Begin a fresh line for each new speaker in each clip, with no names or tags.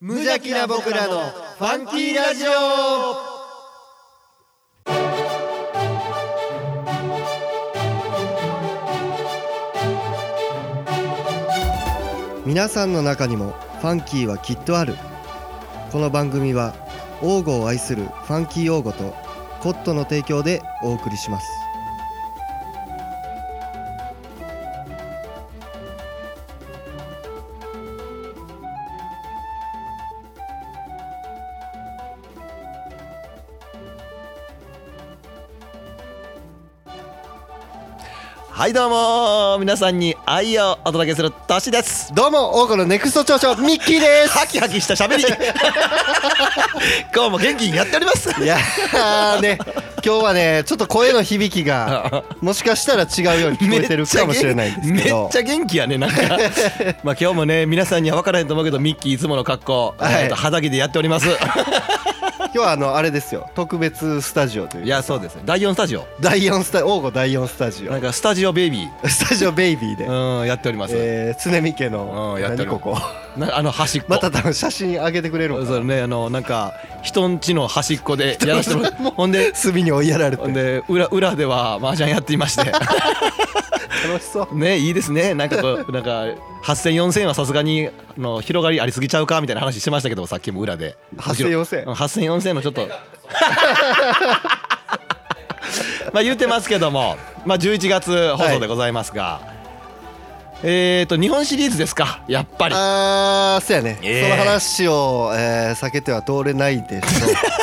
無邪気な僕らのファンキーラジオ皆さんの中にもファンキーはきっとあるこの番組は王語を愛するファンキー王語とコットの提供でお送りします
はいどうも皆さんに愛をお届けするトシです
どうも王語のネクスト長所ミッキーです
ハキハキした 喋り今日も元気にやっております
いやーね今日はねちょっと声の響きがもしかしたら違うように聞こえてるかもしれないん ですけ
め
ど
っちゃ元気やねなんかまあ今日もね皆さんには分からへんと思うけどミッキーいつもの格好、
はい
えーと肌着でやってお ります
今日はあのあれですよ特別スタジオという
いやそうですね第4スタジオ
第4スタ王吾第4スタジ
なん
オ
かスタジオベイビ
スタジオベイビーで、
ーうんやっております、
えー、常見家の
うんやって
何
る
ここ
なあの端っこ
また多分写真上げてくれるのか
そうねあのなんか人んちの端っこでやらせ てもらってほんで
隅に追いやられて
ほんで裏裏では麻雀やっていまして
楽しそう
ねいいですねなんかこ うなんか80004000はさすがにあの広がりありすぎちゃうかみたいな話してましたけどさっきも裏で
8000
8000のちょっと まあ言うてますけども、まあ、11月放送でございますが、えっ、と日本シリーズですかやっぱり
あーそうやね、
ええ
その話を、えー避けては通れないでし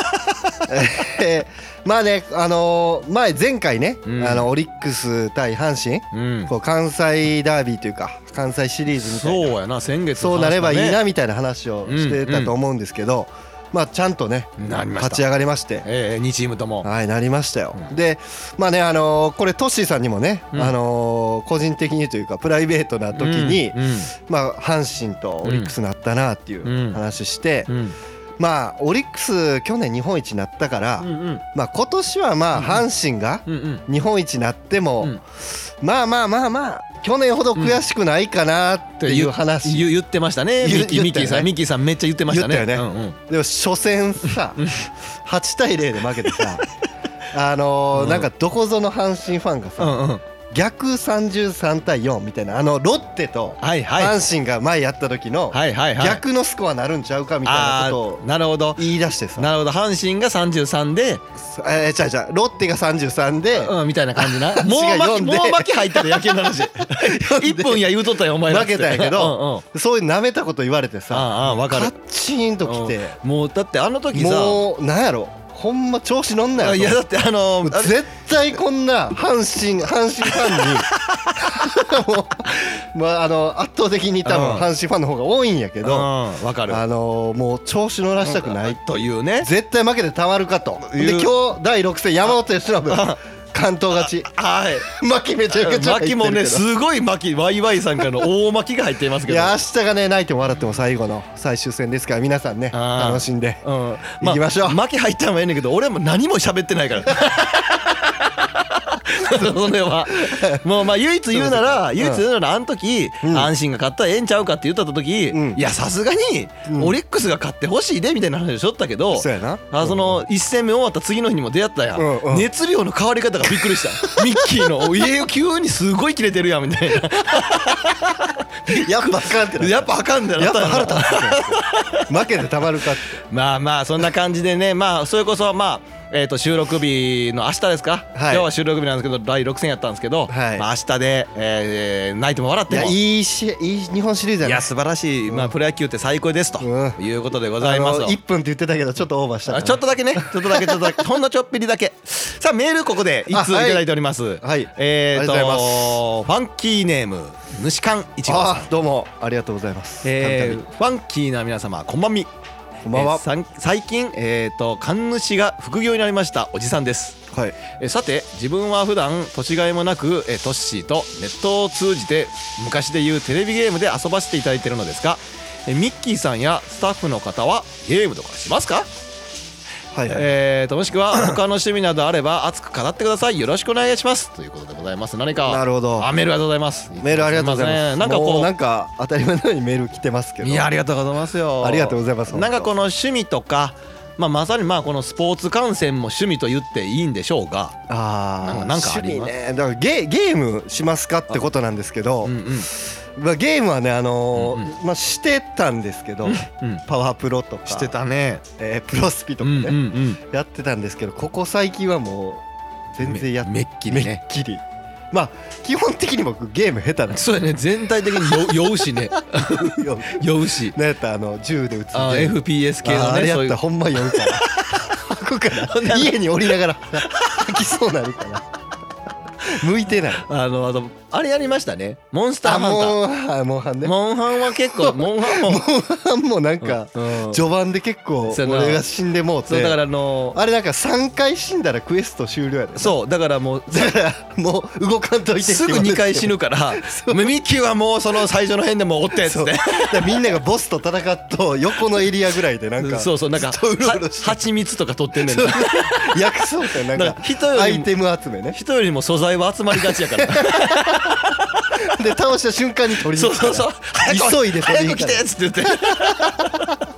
ょうえーまあねあのー前前回ね、
うん
あのオリックス対阪神、
うん
こう関西ダービーというか関西シリーズみたいな
そうやな先月の
そ
話
う
だ
な
ね
ればいいなみたいな話をしてたと思うんですけど、まあちゃんとね
なりました
立ち上がりまして
ええ2チームとも
はいなりましたよ、でまあねあのーこれトッシーさんにもね、
うん
あのー個人的にというかプライベートな時に、
うんうん
まあ阪神とオリックスなったなっていう話して、
うん
まあオリックス去年日本一になったから、
うんうん
まあ今年はまあ阪神が
うんうん
日本一になっても、
うん
まあまあまあまあ去年ほど悔しくないかなっていう話、
言言ってましたねミ
言
ッキー
言
ミッ
っ
キ
たよね
ーさんミッキーさんめっちゃ言ってましたね
言った
う
よ
んう
で
ん
も初戦さ8対0で負けてさ あのー
うん
なんかどこぞの阪神ファンが
う
さ、
んうん
逆33対4みたいなあのロッテと
はいはい
阪神が前やった時の
はいはいはい
逆のスコアなるんちゃうかみたいな
あ
ことを
ーなるほど
言い出してさ
なるほど阪神が33で、
えー、ちゃうちゃうロッテが33で
うん、みたいな 感じなもう
違う
負
読
け
ん
も
で
う負け入ったら野球 の話一分や言うとったよお前らっ
負
つ
け
っ
た
て
んやけ
うんうん
どそういう舐めたこと言われてさ
ああ分
カ
かる
ッチーンときて
うんもうだってあの時さ
もうなんやろほんま調子乗んなよ
あいやだってあのーあれ
絶対こんな阪神阪神ファンに もう、まあ、あの圧倒的に多分
うん
阪神ファンの方が多いんやけど
うん分かる
あのもう調子乗らしたくない
とい うね
絶対負けてたまるかと
いう
で今日第6戦山本由伸関東勝ち
はい
巻きめ ちゃくちゃ入ってる
巻
けど
もねすごい巻きワイワイさんからの大巻きが入っていますけ
い
ど
や明日がね泣いても笑っても最後の最終戦ですから皆さんね
あー
楽しんで
うんま
行
あ
きましょう
負け入ったのもええねんけど俺も何も喋ってないから それはもうまあ唯一言うなら
そう
唯
そう
一言うならあの時
うん
阪神が勝ったらええんちゃうかって言った時
うん
いやさすがに
うん
オリックスが勝ってほしいでみたいな話をしとったけど
そうやな
あその1戦目終わった次の日にも出会ったや
うんうん
ん熱量の変わり方がびっくりしたミッキーの「家急にすごいキレてるやん」みたいな
やっぱ あかんってな
やっぱあかんだよ
やっぱ腹立つって負けてたまるかって
まあまあそんな感じでねまあそれこそまあえー、と収録日の明日ですか、今日は収録日なんですけど第6戦やったんですけど、
はい
まあ明日で、えー泣いても笑っ
い
ても
やいいしいい日本シリーズや
い
な
や素晴らしい、まあ、プロ野球って最高ですと、
うん
いうことで
ご
ございますよ
1分って言ってたけどちょっとオーバーしたか
あ
ら
ちょっとだ けねちょっとだけちょっとだけほんのちょっぴりだけさあメールここで一通い
あはい
ただいております、
はい
えー、と
ありがとう
ファンキーネーム主観一号さん
あーどうもありがとうございます
え
たび
ー、ファンキーな皆様こんばんみ
たびこんばん
えー
は
さん最近、えー、と神主が副業になりましたおじさんです
はい
えーさて自分は普段年がいもなくえートッシーとネットを通じて昔でいうテレビゲームで遊ばせていただいているのですがえーミッキーさんやスタッフの方はゲームとかしますか
はいはい
えー、ともしくは 他の趣味などあれば熱く語ってくださいよろしくお願いしますということでございます何か
なるほど
あメールありがとうございます
メールありがとうございます
ねなんか
も
こ
なんか当たり前のようにメール来てますけ
う
ど
いやありがとうございますよ
ありがとうございます
なんかこ
の
の趣味とかまあまさにまあこのスポーツ観戦も趣味と言っていいんでしょうが
あー
なんかあり
趣
ます
味ねだからゲゲームしますかってことなんですけど
うんうん
まあゲームはねあのー
うん
まあしてたんですけど
うん
パワープロとか
してたね
えープロスピと
う
か
んうんう
ね
ん
やってたんですけどここ最近はもう全然やっ
めめっきりね
めっきりまあ基本的に僕ゲーム下手なんです
そうやね全体的に 酔酔うしね
よ
酔うし
なんやったらあの銃で撃つゲ
あー
ーム
FPS 系
あー
の
あれ
ね
や
そう
っ
いう
たらほんま酔 うから箱から 家に降りながら吐きそうなるから向い てない
あのあとあれやりましたねモンスター
あ
ハンター
もうあモンハンねモ
モンハンは結 構モンハンも
ンハン もなんか
うん
序盤で結構
そうやな
俺が死んでもう
そう
て
だからあの
あれなんか3回死んだらクエスト終了やで
そうだからもう
だからもう動かんといてって言
すぐ
われて
2回死ぬから 無ミキはもうその最初の辺でもうおってっつ
そ
っ
うだ
て
からみんながボスと戦っと横のエリアぐらいでなんか
そうそうなんか
ずっとうろうろ
は
して
蜂蜜とか取ってんねんな
薬草みたいなな
だ
ん
か
から
人よりも
アイテム集めね
人よりも素材は集まりがちやから
で倒した瞬間に取りに
そ
行
う
くか
そう
ら
そう早く
急いで取り
早
に
く
行く
来
か
て
ら
っつって言って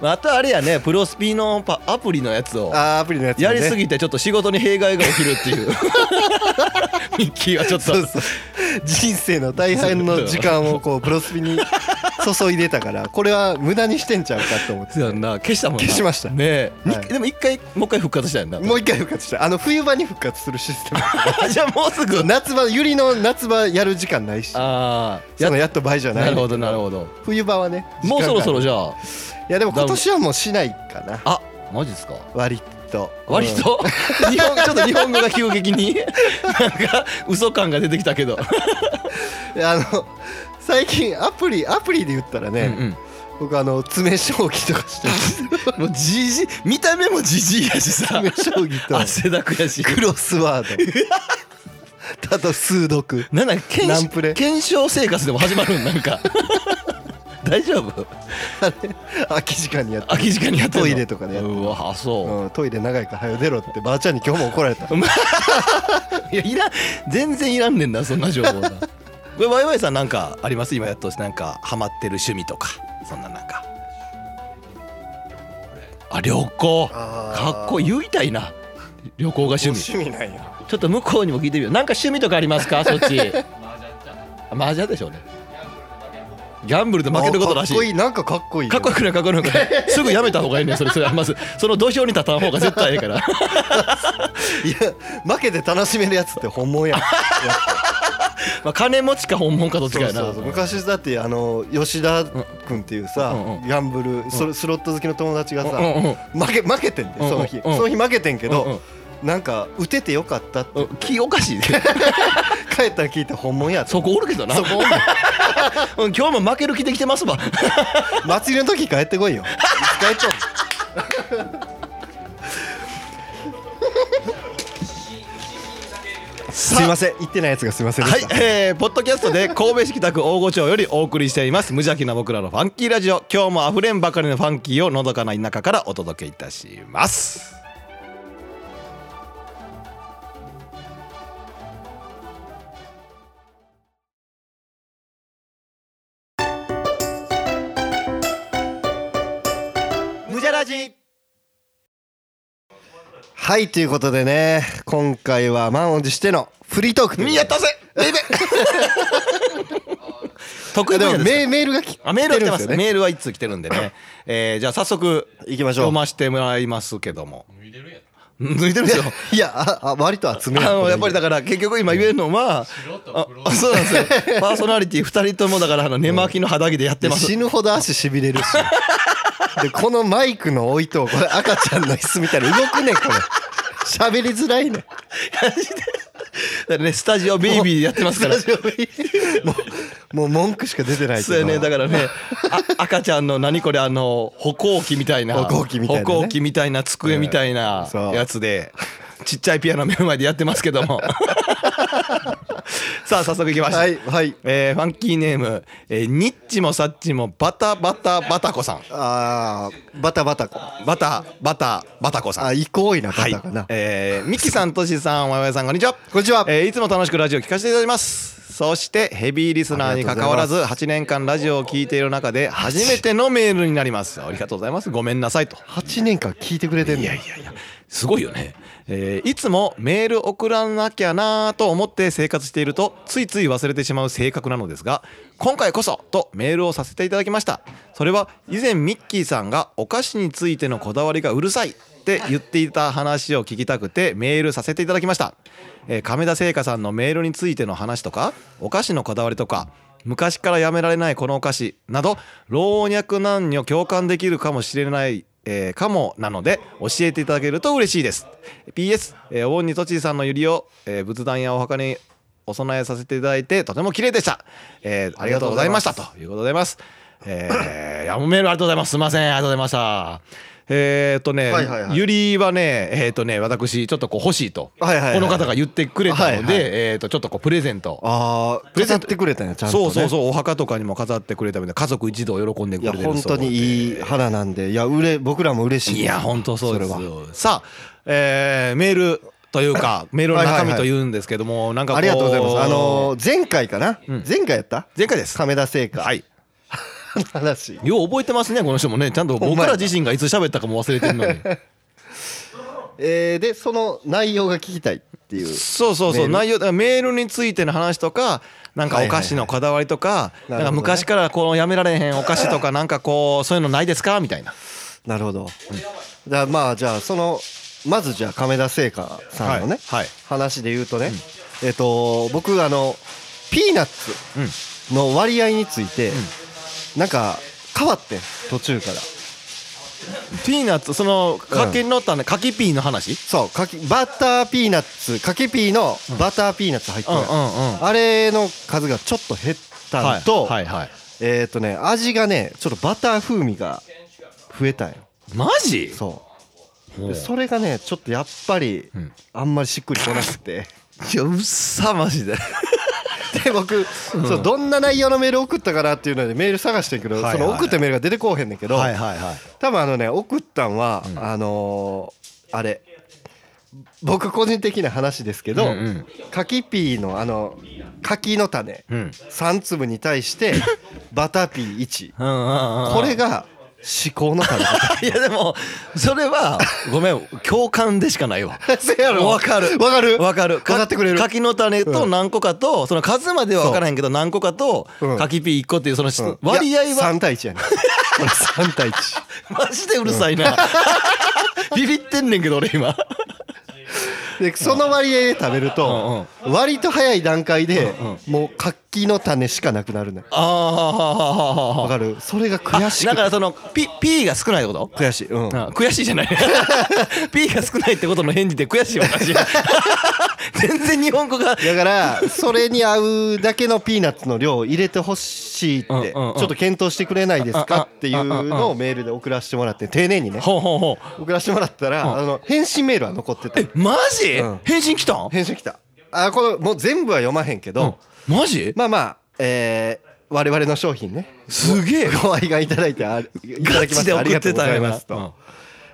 まああとあれやねプロスピのパアプリのやつを
あーアプリのやつ、ね、
やりすぎてちょっと仕事に弊害が起きるっていう ミッキーはちょっと
そうそう人生の大半の時間をこうプロスピに注いでたからこれは無駄にしてんちゃうかと思って
そうやんな消したもんな
消しました
ねえ、に
はい
でも一回もう一回復活したや んな
もう一回復活したあの冬場に復活するシス テム
じゃあもうすぐ
夏場ゆりの夏場やる時間ないし
ああ
そのやっと倍じゃない
なるほどなるほど
冬場はね
もうそろそろ
時間が
じゃあ
いやでも今年はもうしないかな
あマジですか
割と
割
うん
と日本ちょっと日本語が急 激になんか嘘感が出てきたけど
あの最近アプリアプリで言ったらね、
うん
僕あの詰め将棋とかしてる
うんもうじじ見た目もじじいやしさ
詰め将棋と
汗だくやし
クロスワードあと数読
なんだ検
ナンプレ
検証生活でも始まるんなん か大丈夫
あれ空き時間にやって
空き時間にやってんの
トイレとかでやってん
うわあそう、
うん、トイレ長いから早よ出ろってばあちゃんに今日も怒られた
いやいらん全然いらんねんなそんな情報が これワイワイさんなんかあります今やっとなんかハマってる趣味とかそんななんかあ旅行
あー
かっこいい言いたいな旅行が趣味ち
趣味なんや
ょっと向こうにも聞いてみようなんか趣味とかあります かそっちマージャンでしょうねギャンブルで負けることらし
あかっこい
い
いなんかかっこいい
かっこよくないかっこよくない すぐやめた方がいいねんそれそれまずその土俵に立たん方が絶対ええ から
いいや負けて楽しめるやつって本物や いや
まあ金持ちか本物かどっち
そ
か
う
やな
そうそう昔だってあの吉田君っていうさ、
うんうんうん
ギャンブル、それスロット好きの友達がさ、
うんうんうん
負け負けてんで、
うんうん
その日、
うん
その日負けてんけど、
うんうん
なんか打ててよかったって
うん気おかしいね
帰ったら聞いて本物やって
そこおるけどな
そこおんの
うん今日も負ける気できて ますわ
祭りの時帰ってこいよ帰っとんすいません言ってないやつがすいませんで
はい
した、、
えー、ポッドキャストで神戸市北区大御町よりお送りしています無邪気な僕らのファンキーラジオ今日もあふれんばかりのファンキーをのどかな田舎からお届けいたします無邪ラジ
はいということでね今回は満を持してのフリートークということで
やったぜベイベ 得意
で
分
も
野です
メメールがき
あメールは来てます
来てるんですよね
メールは一通来てるんでね、えー、じゃあ早速
行きましょ
読
う
ましてもらいますけども抜いてるんですよ
いやああ割と厚め
あのやっぱりだ
か
から結局今言えるのはあそうなんですよパーソナリティ二人ともだからあの寝巻きの肌着でやってます
死ぬほど足しびれるしでこのマイクの置いとこれ赤ちゃんの椅子みたいな動くねんこれ喋りづらいねん
だからねスタジオベイビーでやってますから
スタジオにもうもう文句しか出てないけど
そうやねだか らねあ赤ちゃんの何これあの歩行器みたいな
歩行器みたいなね
歩行器みたいな机みたいな
そう
やつでちっちゃいピアノ目の前でやってますけどもさあ早速いきましょう、
はいはい
えーファンキーネーム、えーニッチもサッチもバタバタバタコさん
あーバタバタ
バタバタバタコさん
あいこいなバ
はい
タかな、、
えーミキさん、トシさん、わやわやさん、こんにちは。
こんにちは
えーいつも楽しくラジオを聞かせていただきます。そしてヘビーリスナーに関わらず8年間ラジオを聞いている中で初めてのメールになります。ありがとうございます。ごめんなさいと。
8年間聞いてくれてん
い
ね
やいやいや、すごいよね。えーいつもメール送らなきゃなーと思って生活しているとついつい忘れてしまう性格なのですが今回こそとメールをさせていただきましたそれは以前ミッキーさんがお菓子についてのこだわりがうるさいって言っていた話を聞きたくてメールさせていただきました、えー亀田製菓さんのメールについての話とかお菓子のこだわりとか昔からやめられないこのお菓子など老若男女共感できるかもしれない、えーかもなので教えていただけると嬉しいです PS、えー、お盆にとちさんのゆりを、えー仏壇やお墓にお供えさせていただいてとても綺麗でした、えーありがとうございましたということでございますえー、いやもうメールありがとうございますすいませんありがとうございましたえー、っとね、
はいはいはい
ゆりはねえー、っとね私ちょっとこう欲しいと、
はいはいはい
この方が言ってくれた
はいは
ので、
い
えー、っとちょっとこうプレゼント
ああ
プレゼ
飾
ン
っ
ト
てくれたんやちゃんと、ね、
そうそうそうお墓とかにも飾ってくれたみたいな家族一同喜んで
い
くれ
や
てる
本当にいい花なんでいやうれ僕らも嬉しいです
い や本当そうです
れは
よさあ、えーメールというかメールの中身というんですけども、なんかこう
ありがとうございますあのー前回かな、
ん
前回やった
前回です
亀田製菓、
はい
の話
よう覚えてますねこの人もねちゃんと
ほん
僕
まや
ら自身がいつ喋ったかも忘れてるのに
えーでその内容が聞きたいっていう
そうそうそ
メー
う
ル
内容だからメールについての話とかなんかお菓子のこだわりとか,、
いはい
なんか昔からこうやめられへんお菓子 とかなんかこうそういうのないですかみたいな
なるほど、じゃあまあじゃあそのまずじゃあ亀田製菓さんのね、
はいはい
話で言うとね、えっ、と僕あのピーナッツの割合について、なんか変わってん途中から
ピーナッツその柿に乗ったね柿ピーの話
そうかきバターピーナッツかきピーのバターピーナッツ入って
うん
る、
うんうん
あれの数がちょっと減ったのと、
はいはいはい
えっ、とね味がねちょっとバター風味が増えたんよ
マジ
そう
ほ
で
う
それがねちょっとやっぱり、
ん
あんまりしっくりこなくて
いやうっさマジで
で僕、そうどんな内容のメール送ったかなっていうのでメール探してんけど、
はいはい
その送ったメールが出てこうへんねんけど、
はいはいはい
多分あのね送ったんは、あのーあれ僕個人的な話ですけど、
うんうん
柿ピーのあの柿の種
うん
3粒に対して バターピー1
うんうんうん
これが至高の 種
いやでもそれはごめん共感でしかない わ
せやろ
わかる
わかる
わかる
わかってくれる
柿の種と何個かとその数までは分からへんけど何個かと
うん
柿ピー1個っていうその
うん
割合
いや
は
3対1やねん これ3対1
マジでうるさいな ビビってんねんけど俺今
でその割合で食べると割と早い段階でもう柿の種しかなくなるね
ああ
わかるそれが悔し
だ
くて
からそのピ P が少ないってこと
悔しいうん
あ悔しいじゃない P が少ないってことの返事で悔しい私 全然日本語が
だからそれに合うだけのピーナッツの量を入れてほしいってち
うんうん
ょ
うん
っと検討してくれないですかっていう
うんうん
のをメールで送らせてもらって丁寧にね
ほうほうほう
送らせてもらったらあの返信メールは残ってた
えマジ、
うん
返信来たん、
返信来たあこのもう全部は読まへんけど
うんマジ
まあまあえー我々の商品ね
すげえ
ご愛がいただいてありいただ
ガ
きま
チ
して
で
あり
送
が
っ
とう
て
ご
た
ざい
よ
ま
な
すと。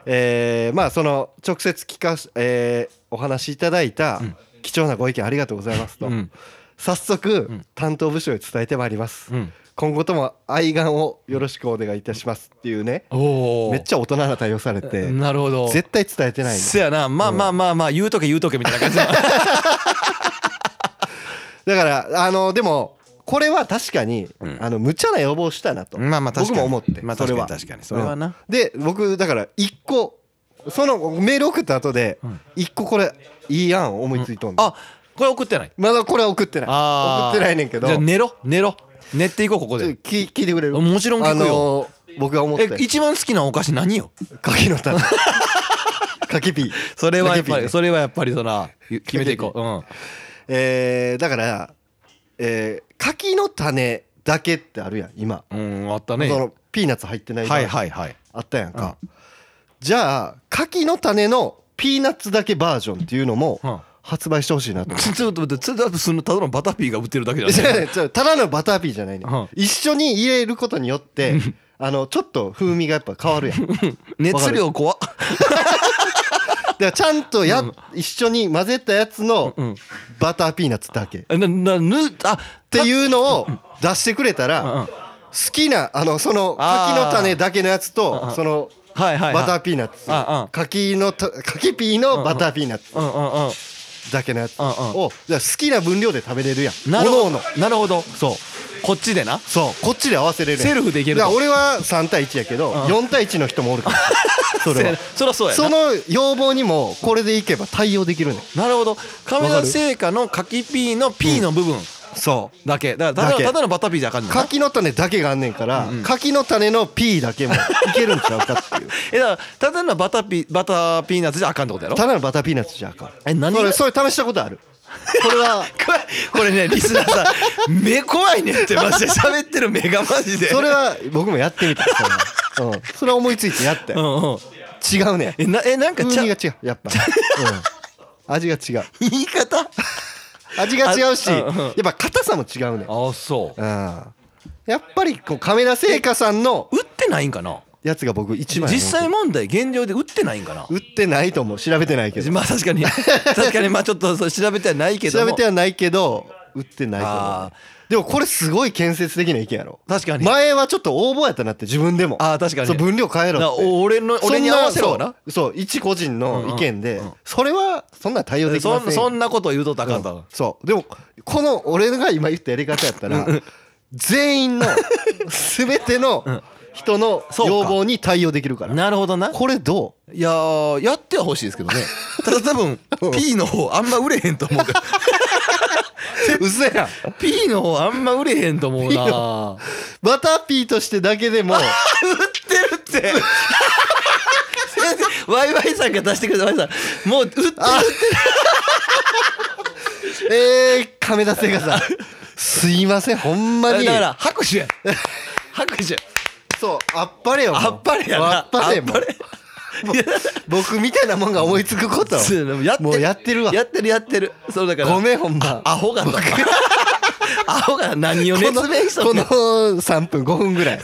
えーまあその直接聞かし、えーお話しいただいた貴重なご意見ありがとうございますと、
うん
早速担当部署へ伝えてまいります、
うん
今後とも愛願をよろしくお願いいたしますっていうね
うんおお
めっちゃ大人な対応されて
なるほど
絶対伝えてないの
せやなまあまあまあまあ言うとけ言うとけみたいな感 じ
だからあのでもこれは確かに、あの無茶な予防したなと、
まあまあ確かに
僕も思って、
まあ
それは
確かに確かにそれはな
うんで僕だから一個そのメール送った後で一個これいい案を思いついとんの
あこれ送ってない
まだこれは送ってない送
あー
ってないねんけど
じゃあ
ち
寝ろ寝ろ寝ていこうここ
ょっ
で
と聞聞いてくれる
もちろん聞
あ
くよ、
のー僕が思って
え一番好きなお菓子何よ
柿の 種柿ピー
それはやっぱ
柿ピーね
りそれはやっぱりそら決めていこう、うん、
えーだからえー柿の種だけってあるやん今
うん、あった
そ
ね。は
のピーナッツ入ってない
いはいはい。
あったやんか、じゃあ柿の種のピーナッツだけバージョンっていうのも
うん
発売してほしいなと
ちょ ちょっと待ってちょっと待ってそのただのバタピーが売って るだけじ
じ
ゃ
ゃあ
ない
ねちょただのバターピーじゃないね、
うん
一緒に入れることによってあのちょっと風味がやっぱ変わるや んだか
熱量怖っ
らちゃんとや、一緒に混ぜたやつの
うん
バターピーナッツだけっ
ななぬあ
ていうのを出してくれた
うんう
ら
ん
好きなあのその
あ
柿
ー
の種だけのやつ
うんう
と
ん
その
はいはい
バタ
は
ーピーナッツ
あうん
柿のた柿ピーのバターピーナッツ
いうんうんうん
だけのやつ
うんうん
をじゃあ好きな分量で食べれるやん
なるほ
おのおの
どなるほどそうこっちでな
そうこっちで合わせれるやん
セルフでいけると
だから俺は3対1やけど
ん
4対1の人もおるから それは
そりゃそうやな
その要望にもこれでいけば対応できるねん
なるほど亀
わか
田
る
製菓の柿ピーのピーの部分
そう
だけだからただ
だけ
ただのバタピーじゃあかんのな
柿の種だけがあんねんから柿の種のピーだけもいけるんちゃうか っていう
えだからただのバタピーバタピーナッツじゃあかんってことやろ
ただのバターピーナッツじゃあかん
え何が
それそれ試したことあるこれは
怖いこれねリスナーさ ん目怖いねってマジで喋ってる目がマジで
それは僕もやってみたそれはうんそれは思いついてやった
う
よ
んうん
違うねん
えなえなんかちゃ
風
言
味が違うやっぱ、うん、味が違う
い方
味が違うし
あ
や
うんうん
っぱ硬さも違うねん、うん、
あそう
やっぱりこう亀田製菓さんの
売ってないんかな
やつが僕一番や
実
ねん
際問題現状で売ってないんかな
売ってないと思う調べてないけど
まあ確かに 確かにまあちょっとそう調べてはないけど
調べ
も
てはないけど売ってないと思う
あ
ねでもこれすごい建設的な意見やろ
確かに
前はちょっと応募やったなって自分でも
あー確かに
そう分量変えろ
な
って
俺の俺に合わせろな
そんそうそう一個人の意見で、それはそんな対応でき
そ
ま
ん
せん
そんなこと言うとったらあかんと
そうでもこの俺が今言ったやり方やったら全員の全て の人の
そうか
要望に対応できるから
なるほどな
これど
いやーやってはほしいです けどねただ多分 P の方あんま売れへんと思うから
ううせやん
P の方あんま売れへんと思う な売
バターピーとしてだけで も
ってるって先生ワイワイさんが出してくれたワイワイさんもう売ってる
えー、亀田製菓さんすいませんほんまに
だ から拍手や拍手
そうあっぱれよもう
あっぱれやな
あっぱれも
あっぱれいや
僕みたいなもんが思いつくことを
そうやなやってる
もうやってるわ
やってるやってるそうだから
ごめんほんま
アホが アホが何を
この
熱弁しと
こ
んね
の
ん
3分5分ぐ らい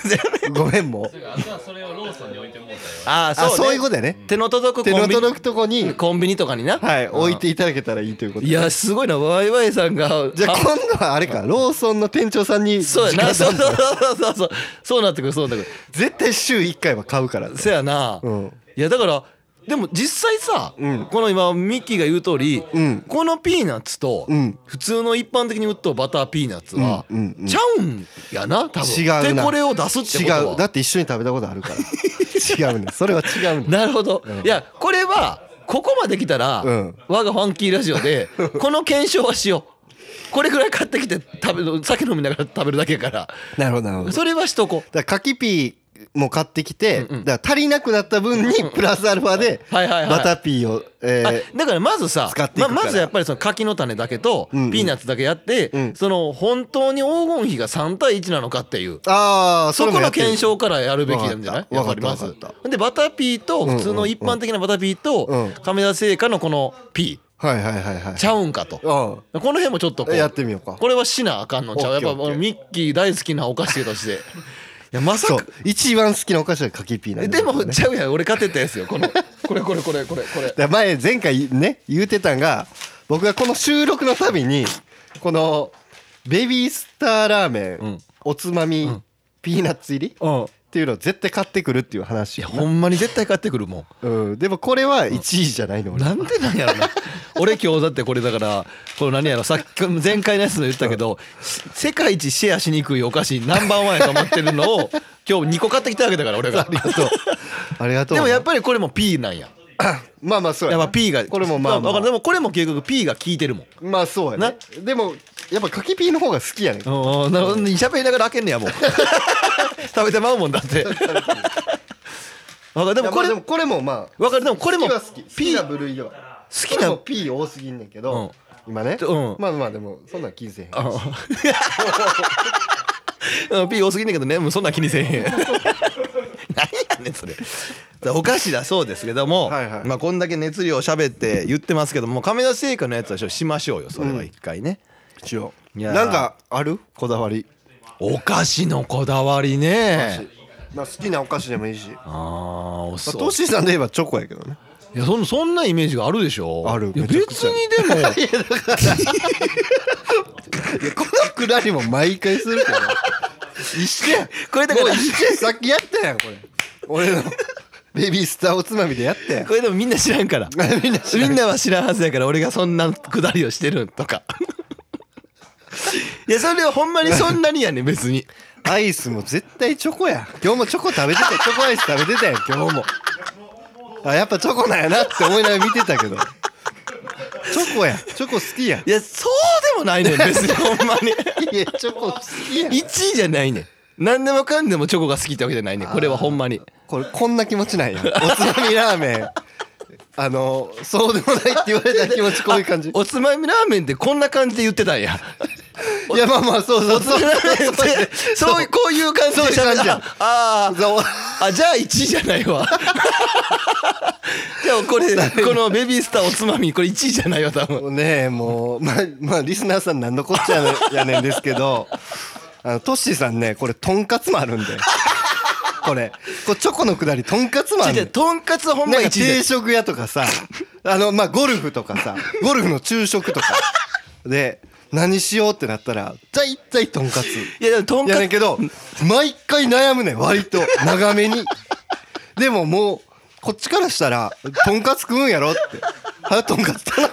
ごめんもう
あとはそれをローソンに置いてもうたよ
ああ
あ
そう,、ね、
そういうことやね
手の届く
手
コ
の
ンビ
届くとこに
コンビニとかにな
はい、
うん
置いていただけたらいいということ
い
で。
やすごいなワイワイさんが
じゃあ
あ
今度はあれか、ローソンの店長さんに
そうや
直
なそう
談判
そうそうそうそうそうなってくるそうなってくる
絶対週1回は買うから。
せやな、
うん
いやだからでも実際さ、
うん
この今ミッキーが言う通り、
うん
このピーナッツと
うん
普通の一般的に売っとうバターピーナッツは、
うんうんうん
ちゃうんやな多分
違うな
でこれを出すって
違
ことは
う。だって一緒に食べたことあるから。違うね。それは違うね。
なるほど、いやこれはここまで来たら、
うん
我がファンキーラジオで この検証はしようこれぐらい買ってきて食べる酒飲みながら食べるだけやか
なるほど、なるほだ
ら
か
それはしとこ
ら、柿ピーも買ってきて、だから足りなくなった分にプラスアルファで、
はいはいはい
バタピーを、え
う、
ー
あだからまずさ
使っていく
ま
から
まずやっぱりその柿の種だけとピ
んうん
ーナッツだけやって、
ん
その本当に黄金比が3対1なのかっていう。
ああ、
そ
れ
こ
もや
の
ってる
検証からやるべきなんじゃない
わか
や
っ
り
た
ま
わかった
す
わかっ
でバターピーと普通の一般的なバターピー
うんうんうん
と亀田製菓のこのピ
はいはいはいはい。
ーちゃうんかとこ
うん
の辺もちょっとこう
やってみようか。
これはしなあかんのちゃう
オッ
やっ
ケー
ぱ
オッケー
ミッキー大好きなお菓子としていやまさ
そう
か。
一番好きなお菓子は柿ピーなん
え
だ
で
けどね
もちゃうやん俺勝てたやつよこのこれこれこれこれこれ
だから前前回ね言うてたんが僕がこの収録のたびにこのベビースターラーメン、
ん
おつまみ、ピーナッツ入りっ
うん
ていうのを絶対買ってくるっていう話
いやほんまに絶対買ってくるも
うん、でもこれは1位じゃないの
ん
俺
なんでなんや ろな俺今日だってこれだからこの何やろさっき前回のやつで言ったけどし世界一シェアしにくいお菓子ナンバーワンやと思ってるのを今日2個買ってきたわけだから俺が
ありがとうありがとう
でもやっぱりこれも P なんや
まあまあそうや
やっ
な
ぱ P が
これもまあま
わかるで
あ
もこれも結局 P が効いてるもん
まあそうやねでもやっぱ柿ピーの方が好きや ねん
おなるほど喋りながら開けんねやもう食べてまうもんだってわかるで
でも
もこ
こ
れ
れでもこれもまあ
わかるでもこれ
好
も
きは好き好きな部類では
好き
これ
な
も P 多すぎんねんけど、今ね、
うん
まあまあでもそんなん気にせえへん
あうん P 多すぎんねんけどねもうそんなん気にせえへん何ややねんそれお菓子だそうですけども、
はいはい
まあ、こんだけ熱量喋って言ってますけども亀田製菓のやつはしましょうよそれは一回ね、
一応
いやー
なんかあるこだわり
お菓子のこだわりね
まあ好きなお菓子でもいいしま
ああお
あ
そ
トッシーさんで言えばチョコやけどね
いやそんそんなイメージがあるでしょ
ある
いや
めちゃく
別
ちゃ
にでも
いやこのくだりも毎回す るけど一緒やん
これだから
もう一緒やんさっきやったやんこれ俺の ベビースターおつまみでやった やん
これでもみんな知らんから
みんな知らん
みんなは知らんはずやから俺がそんなくだりをしてるとかいやそれはほんまにそんなにやねん別に
アイスも絶対チョコや今日もチョコ食べてたよチョコアイス食べてたやん今日もあやっぱチョコなんやなって思いながら見てたけどチョコやチョコ好きや
いやそうでもないねん別にほんま に
いやチョコ好きや
1位じゃないねん何でもかんでもチョコが好きってわけじゃないねんこれはほんまに
これこんな気持ちないやおつまみラーメンあのそうでもないって言われた気持ちこういう感じ
あおつまみラーメンってこんな感じで言ってたんや
いやまあまあそうそうそうそう
そういうこういう感じで喋
そういう感
っ
じ
た
や
ああーあじゃあ1位じゃない わでもこれこのベビースターおつまみこれ1位じゃないわ多分
もう ねもうまあまあリスナーさん何のこっち ゃやねんですけどあのトッシーさんねこれとんかつもあるんでこれこれチョコのくだりとんかつもあるん
違う違う
で
とんかつはほんま
なん
1
か
位じゃな
定
い
食屋とかさあのまあゴルフとかさゴルフの昼食とかで何しようってなったら大体とんかつ
いやでもとん
や
か
ねんけど毎回悩むねん割と長めにでももうこっちからしたら「とんかつ食うんやろ」って「はよとんかつ頼めや」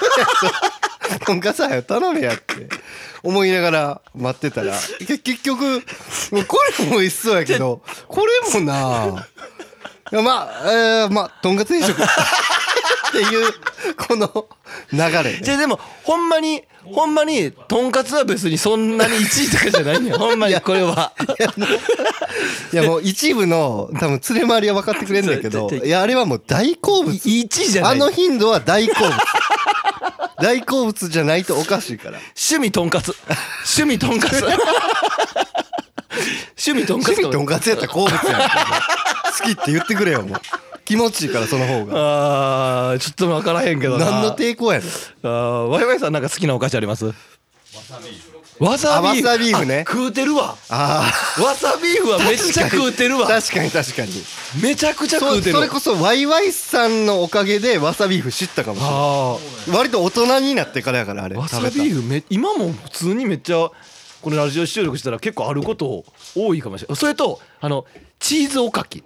ととんかつはよ頼めや」って思いながら待ってたらけ結局もうこれも美味しそうやけどこれもないやまあえーまあとんかつ定食っていうこの流れ
ついやでもほんまにほんまにとんかつは別にそんなに1位とかじゃ ないねんほんまにこれは。
いやもう一部の多分連れ回りは分かってくれるんだけど
ちょちょ
いやあれはもう大好物
1位じゃな
あ
い
の頻度は大好物 大好物じゃないとおかしいから
趣味とんかつ趣味とんかつ 趣味とんかつ
趣味とんかつやったら好物やん好きって言ってくれよもう気持ちいいからその方が
あーちょっと分からへんけどな
何の抵抗やねん
あーワイワイさんなんか好きなお菓子ありますわさ
あ
ビーフ
わさビーフね
あ食うてるわ
あ
わさビーフはめっちゃ食うてる
あ
わ
確かに確かに
めちゃくちゃ食
そう
てる
それこそワイワイさんのおかげでわさビーフ知ったかもしれな
あ
い割と大人になってからやからあれ
ーわ
食
さ
べた
ビーフめ今も普通にめっちゃこのラジオ収録したら結構あること多いかもしれないそれとあのチーズおかき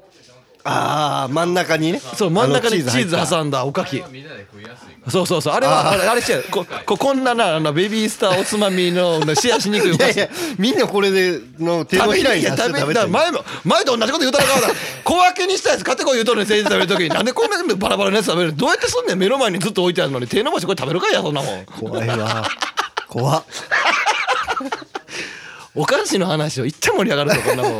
ああ真ん中にね
そう真ん中にチ
あの
ーズ
入った
挟んだおかき
みんなで食いやすいか
そうそうそうあれはあれあれ違うこここんななあのベビースターおつまみののシェアしにくいお
い
菓
や
子
いやみんなこれでの手の
食べ
ひら
て
に
い
出
や
して
食べ
食べ
て
てる
前も前と同じこと言うたらあかんわ小分けにしたやつ買ってこい言うとるね全員で食べるときになんでこんなにバラバラのやつ食べるのどうやってそんねん目の前にずっと置いてあるのに手伸ばしてこれ食べるかいやそんなもん
怖いわ怖っ
お菓子の話をいっちゃ盛り上がるぞこん なもん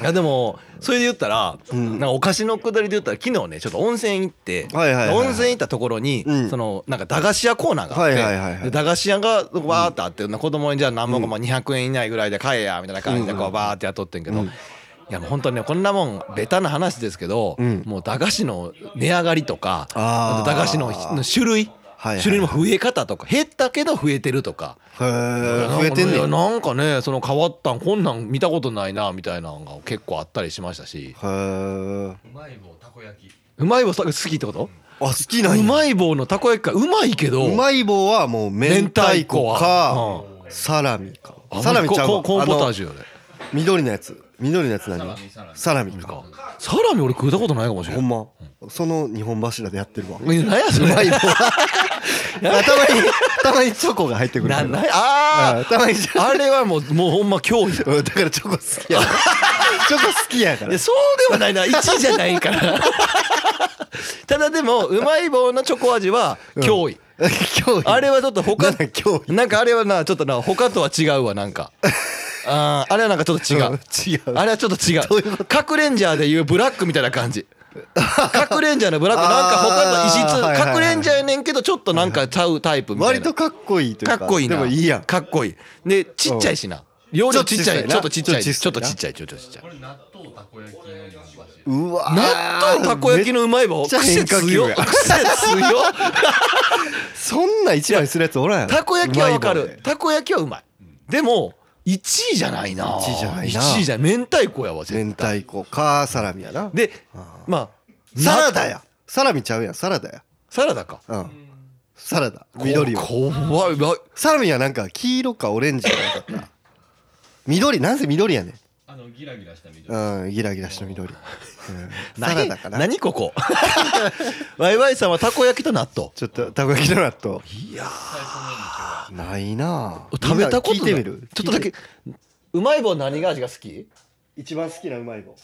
いやでもそれで言ったら、なんかお菓子のくだりで言ったら昨日ねちょっと温泉行って、
はいはいはいはい
温泉行ったところに、
うん
そのなんか駄菓子屋コーナーがあって、
はいはいはいはい
で駄菓子屋がわーってあって、子供にじゃあ何もかも200円以内ぐらいで買えやみたいな感じでこうバーってやっとってんけど。いやもう本当にねこんなもんベタな話ですけど、
ん
もう駄菓子の値上がりとか
あー
あと駄菓子のの種類、
はいはい
種類の増え方とか減ったけど増えてるとか、
へー増えてんねん
いやなんかねその変わったんこんなん見たことないなみたいなのが結構あったりしましたし
へー
うまい棒たこ焼き
うまい棒さ好きってこと
あ好きなん
う
や
まい棒のたこ焼きかうまいけど
うまい棒はもう明太子か
明太子は
サラミか
あ
サラミちゃう
コ
わ
ンコーンポター
ュ
ジュよね
緑のやつ緑のやつ何サラミか
サラミ俺食ったことないかもしれ
ほ
ない
んまその日本柱でやってるわう
いや何やそれ
まい棒はあたまにたまにチョコが入ってくる
な
け
な
ど
あ
あ
あ
たまにチョコ
あれはもうもうほんま脅威
うんだからチョコ好き やチョコ好きやか
い
ら
やそうではないな1位じゃないからただでもうまい棒のチョコ味は脅威、
今日
あれはちょっと他
なんだ脅
なんかあれはなちょっとな他とは違うわなん かあーあれはなんかちょっと違う
違う
あれはちょっと違う核レンジャーでいうブラックみたいな感じ核レンジャーの ブラックなんか他
あーは
の異
いはい
質
はい
核レンジャーやねんけどちょっとなんかちゃうタイプみたい
割
な
とかっこいいという
か
か
っこいいな
でもいいやん
かっこいいでちっちゃいしな容量ちっちゃいち
ち
ょ
ょ
っ
っ
と
と
ち
ち
っ
っ
ち
ちゃい
ゃい
な
ちょっとちっちゃいちょっとちっちゃい
これ納豆たこ焼きの日本橋
うわー
納豆たこ焼きのうまい棒
めっちゃ
癖
変化球
強
や
っ癖強っ
そんな一枚するやつおらんやろ
たこ焼きはわか
うまい棒
る
で
たこ焼きはうまいでも1位じゃないな
1位じゃないな
1位じゃない明太子やわ
明
絶対
太子かサラミやな
で
あー
まあ
サラダやサラミちゃうやんサラダや
サラダか
うんサラダ緑を
こ怖いわ
サラミはなんか黄色かオレンジかなかったな緑なんせ緑やね
あのギラギラした緑。
んうんギラギラした緑、うん、サラダかな
何何こ こワイワイさんはたこ焼きと納豆
ちょっとたこ焼きの納豆
い
最初の日
や
は
ないなぁ
食べたこと
みん
な
聞いてみる
ちょっとだけうまい棒何が味が好き
一番好きなうまい棒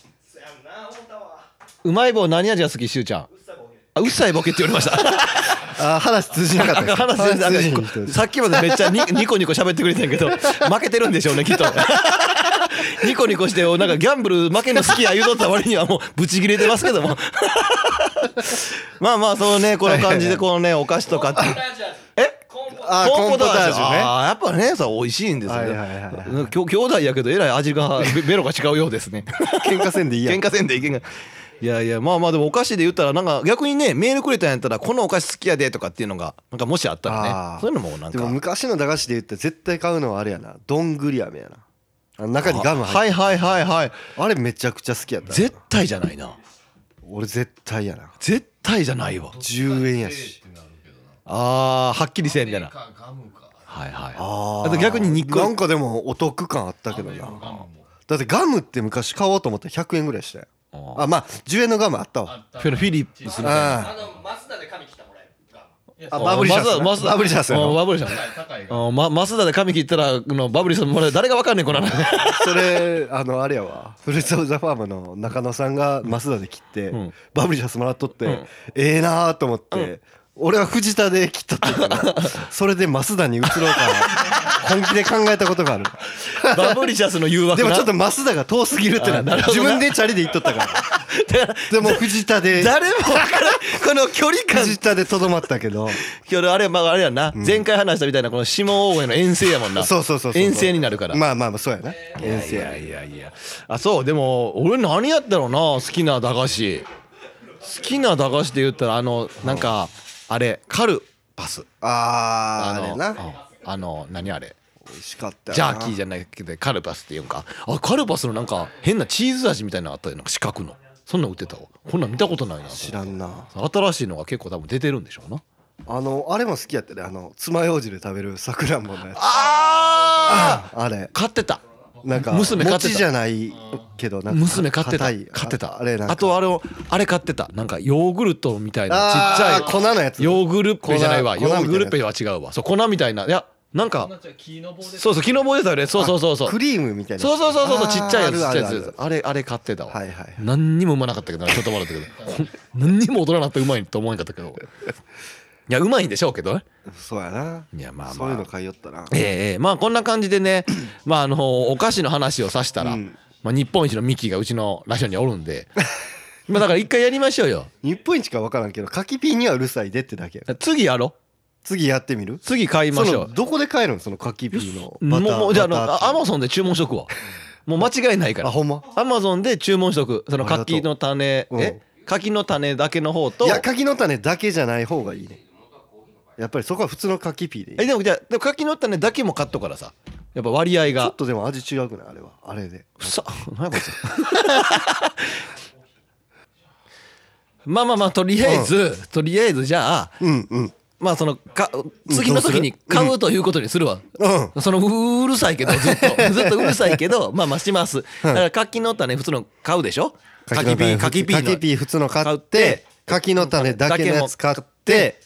うまい棒何味が好きしゅうちゃんあうっさいボケって言われました
あー話通じなかったです
話全然
話通じ
な
ひ ん
ん
人
か
です
さっきまでめっちゃニ ニコニコ喋ってくれてんけど負けてるんでしょうねきっと ニコニコしてなんかギャンブル負けんの好きや言うとった割にはもうブチ切れてますけども まあまあそのねこの感じでこのねお菓子とかって
違う。コンポタージュ味コン
え
ポ
あ
コ
コ
ー
ー
ン
ン
ポ
ポ
タ
タ
ー
ー
ジ
ジ
ュ
ュね
あーやっぱねそう美味しいんですよ
はい
ね
はいはいはい
うんきょ兄弟やけどえらい味が べベロが違うようですね
喧嘩せんでいいやん
喧嘩せんでいけんがいやいやまあまあでもお菓子で言ったらなんか逆にねメールくれたんやったらこのお菓子好きやでとかっていうのがなんかもしあったら
あ
ね
ー
そういうのもなん
でも
か
昔の駄菓子で言って絶対買うのはあれやなどんぐり飴やなあの中にガム入って
はいはいはいはい
あれめちゃくちゃ好きやったな
絶対じゃないな
俺絶対やな
絶対じゃないわ
10円やし
ってなるけどな。
あーはっきりせんみたいな
かガムか。
はいはい
あ
あと逆に
肉
肉
なんかでもお得感あったけど
ガム
な
も
だってガムって昔買おうと思ったら100円ぐらいしたよ
あ
あまあ10円のガムあった
あ
わ
った
フィリップスみたいな
あ
の松田で髪切ったもらえるガム
あバブリシャスな
マス
バブリシャスやな
うんバブリシャス
高いが。
あま、マスダで髪切ったらあのバブリーさんもらえ誰がわかんねえこ の話
あそれあのあ れやわフルーツ・オブ・ザ・ファームの中野さんが増田で切って、
ん
バブリシャスもらっとって、
ん
ええなーと思って、俺は藤田で切ったっていうか らそれで増田に移ろうかな本気で考えたことがあ る
バブリシャスの誘惑な
でもちょっと増田が遠すぎるってな
あ
っ
な
て
るほど
自
な
分でチャリで行っとったから でも藤田で
誰もわからんこの距離感
藤田でとどまったけど
距離あれ,、まあ、あれやな、前回話したみたいなこの下大江の遠征やもんな
そうそうそうそう
遠征になるから、
まあまあまあそうやな遠
い
征や
やいやいやあそうでも俺何やったろうな好きな駄菓子好きな駄菓子で言ったらあのなんかあれカルパス
あーあ
の
れ
うん
な
あの何あれ
美味しかった
ジャーキー
じ
じゃなくてカルパスっていうんかあカルパスのなんか変なチーズ味みたいなのあったよなんか四角のそんなん売ってたわこんなん見たことないな
知らんな
新しいのが結構多分出てるんでしょうな
あのあれも好きやったねあの爪楊枝で食べるさくらんぼのやつ
あ
あれ
買ってた
なんか
娘買ってた
餅じゃないけどなんか
娘買ってた
硬い
買ってた
あれなんか
あとあれをあれ買ってたなんかヨーグルトみたいなち
あー
っちゃ
粉のやつ
いヨーグルッペじゃないわ
粉
ヨ
粉みたいな
ーグルッペは違うわそう粉みたいないやなん
こんな
か
んじゃ木の棒で。
そうそう木の棒ですよねそうそうそうそう
クリームみたいな
そうそうそうそうそうちっちゃいやつちっち
あ
ゃい
ーあるある
や
あ
つ
る
あれあれ買ってたわ
はいはい
何にもうまなかったけどなちょっと笑ったけどこん 何にも大人になってうまいと思わんかったけどいやうまいんでしょうけどね
そうやない
やまあまあ
そういうの買いよったな
ええええまあこんな感じ でねまああのお菓子の話をさしたら、
うん
まあ、日本一のミキがうちのラジオにおるんでまあだから一回やりましょうよ
日本一か分からんけど柿ピーにはうるさいでってだけ
次やろ
次やってみる
次買いま
そ
しょ
の
う
どこで買えるのその柿ピーの
も
バ
う
ター
もうじゃああ
バターって
のアマゾンで注文しとくわもう間違いないか
あ
ら
ほんま
アマゾンで注文しとくその
ありがとう
柿の種
うん
え柿の種だけの方と
いや柿の種だけじゃない方がいいねやっぱりそこは普通の柿ピーでいい
えでもじゃあでも柿の種だけも買っとくからさやっぱ割合
ちょ
が
っとでも味違うくないあれはあれで
ふさ何やこいつまあまあまあとりあえず、とりあえずじゃあ
うんうん
まあそのか次の時に買うということにするわ、
うん
そのううるさいけどずっ とずっとうるさいけどまあまあしますだから柿の種普通の買うでしょ柿ピー柿ピーの
柿ピー普通の買って柿の種だけのやつ買って